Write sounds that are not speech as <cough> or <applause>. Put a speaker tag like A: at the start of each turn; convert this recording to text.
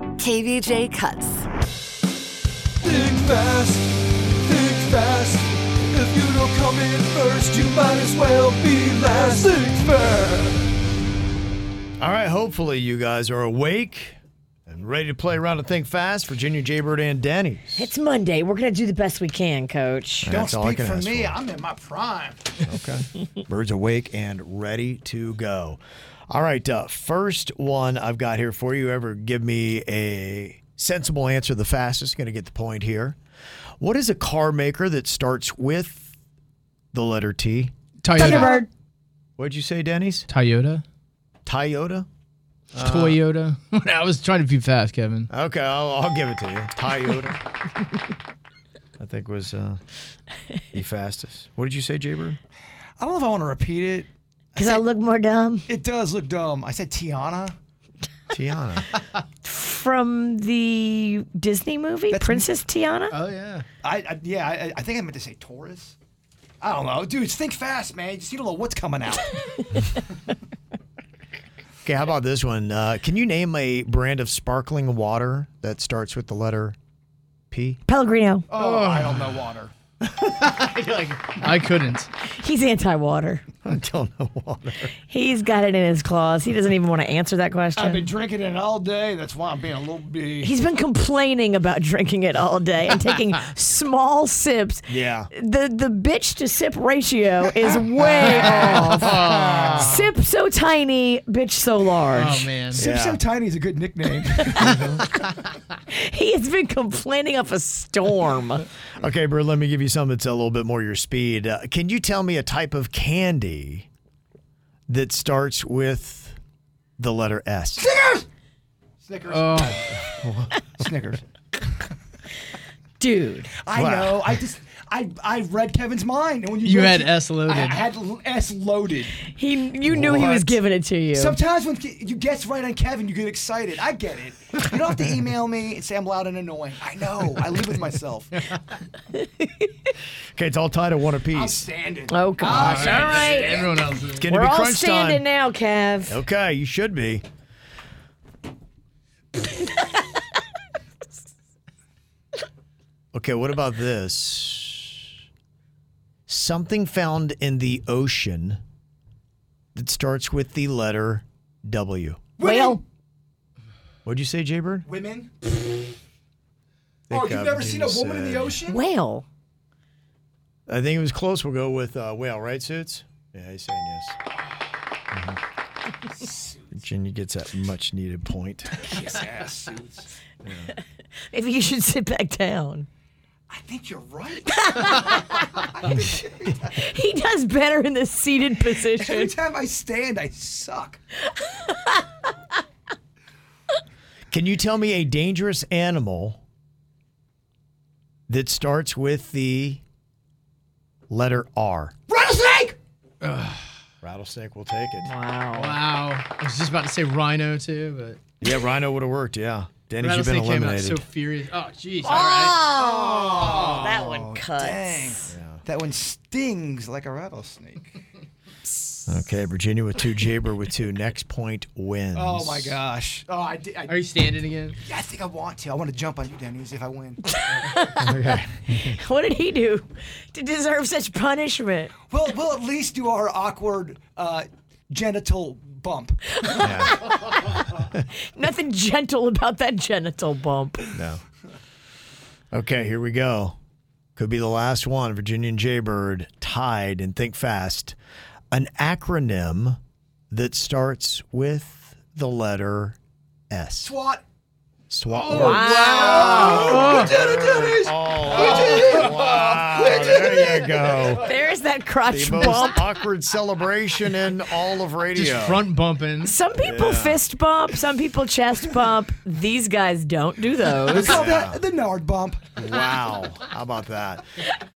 A: KVJ cuts.
B: Think fast, think fast. If you don't come in first, you might as well be last. Think fast.
C: All right, hopefully you guys are awake and ready to play around and think fast. Virginia Jaybird and Danny.
D: It's Monday. We're going to do the best we can, coach.
C: That's all I can ask for.
E: I'm in my prime.
C: Birds awake and ready to go. All right, uh, first one I've got here for you. Ever give me a sensible answer the fastest? Going to get the point here. What is a car maker that starts with the letter T?
F: Toyota.
C: What'd you say, Denny's?
F: Toyota. Uh,
C: Toyota?
F: Toyota. <laughs> I was trying to be fast, Kevin.
C: Okay, I'll, I'll give it to you. Toyota. I think was uh, the fastest. What did you say, Jaybird?
E: I don't know if I want to repeat it.
D: Because I look more dumb
E: It does look dumb. I said Tiana.
C: Tiana.
D: from the Disney movie
E: That's- Uh,
D: Princess Tiana.
F: Oh yeah.
E: I, I yeah. I, I- I think I meant to say Taurus. I don't know, dude. Think fast, man. Just you don't know what's coming out.
C: Okay, how about this one? Uh, can you name a brand of sparkling water that starts with the letter P?
D: Pellegrino.
E: oh, I don't know water.
F: I couldn't.
D: He's anti-water.
C: <laughs> I don't know water.
D: He's got it in his claws. He doesn't even want to answer that question.
E: I've been drinking it all day. That's why I'm being a little big.
D: He's been complaining about <laughs> drinking it all day and
E: <laughs>
D: taking small sips.
C: Yeah.
D: The the bitch to sip ratio is
E: <laughs>
D: way
E: Oh.
D: off. sip so tiny, bitch so large.
F: Oh
C: <laughs>
F: man.
E: Sip
C: Yeah.
E: so tiny is a good <laughs> nickname.
D: He has been complaining of a
E: <laughs>
D: storm.
C: Okay, Bert, let me give you something that's a little bit more your speed. Uh, can you tell me a type of candy that starts with the letter S?
E: Snickers.
F: Oh,
E: Snickers.
D: Dude.
E: I
C: Wow.
E: know. I just I I read Kevin's mind. And when you
F: You had
E: mentioned-
F: S loaded.
E: I had S loaded.
D: He you knew he was
C: What?
D: giving it to you.
E: Sometimes when Ke- you guess right on Kevin, you get excited. I get it. You don't have to email me and say I'm loud and annoying. I know. I live
F: <laughs>
E: with myself.
C: Okay, it's all tied at one
E: I'm
C: apiece.
E: standing.
D: oh gosh. All right.
F: everyone else. Is.
C: Can
D: We're all
C: crunch time.
D: standing now, Kev.
C: Okay, you should be. okay, what about this? Something found in the ocean that starts with the letter W.
D: Well,
C: What'd you say, Jaybird?
E: Women.
C: Think
E: oh, you've
C: I've
E: never seen a
C: just
E: woman in
C: said-
E: the ocean?
D: well.
C: I think it was close. We'll go with uh, whale, right, Suits? Yeah, he's saying yes.
E: <laughs>
C: Mhm. Virginia gets that much needed point.
E: Yes.
D: Maybe you should sit back down.
E: I think you're right.
D: <laughs>
E: <laughs>
D: He does better in the seated
E: Every
D: position.
E: time I stand, I suck.
C: Can you tell me a dangerous animal that starts with the letter R?
E: Rattlesnake!
C: Rattlesnake will take it.
D: Wow.
F: Wow. I was just about to say rhino too, but
C: Yeah, rhino would have worked. Yeah, Danny, you've been
F: rattlesnake came out so
C: eliminated.
F: furious. Oh jeez. All right.
D: Oh, that one cuts.
E: Dang. That one stings like a rattlesnake.
C: okay, Virginia with two, Jaber with two. Next point wins.
E: <laughs> Oh my gosh. Oh, I, did,
F: Are
E: I,
F: you standing again?
E: I think I want to. I want to jump on you, Denny's, if I <laughs> win.
C: Okay.
D: What did he do to deserve such punishment?
E: Well, we'll at least do our awkward uh, genital bump.
C: Yeah,
D: Nothing gentle about that genital bump.
C: no. Okay, here we go. Could be the last one. Virginia and Jaybird tied and think fast. An acronym that starts with the letter S.
E: SWAT.
C: SWAT.
E: Oh, We did it, Dennis. we did it.
C: Oh, Wow,
E: We did it.
C: there you go.
D: There's that
C: The
D: crotch
C: most
D: bump.
C: awkward celebration in all of radio.
F: Just front bumping.
D: Some people fist bump, some people chest bump. These guys don't do those.
E: Call that the Nard bump.
C: Wow. How about that?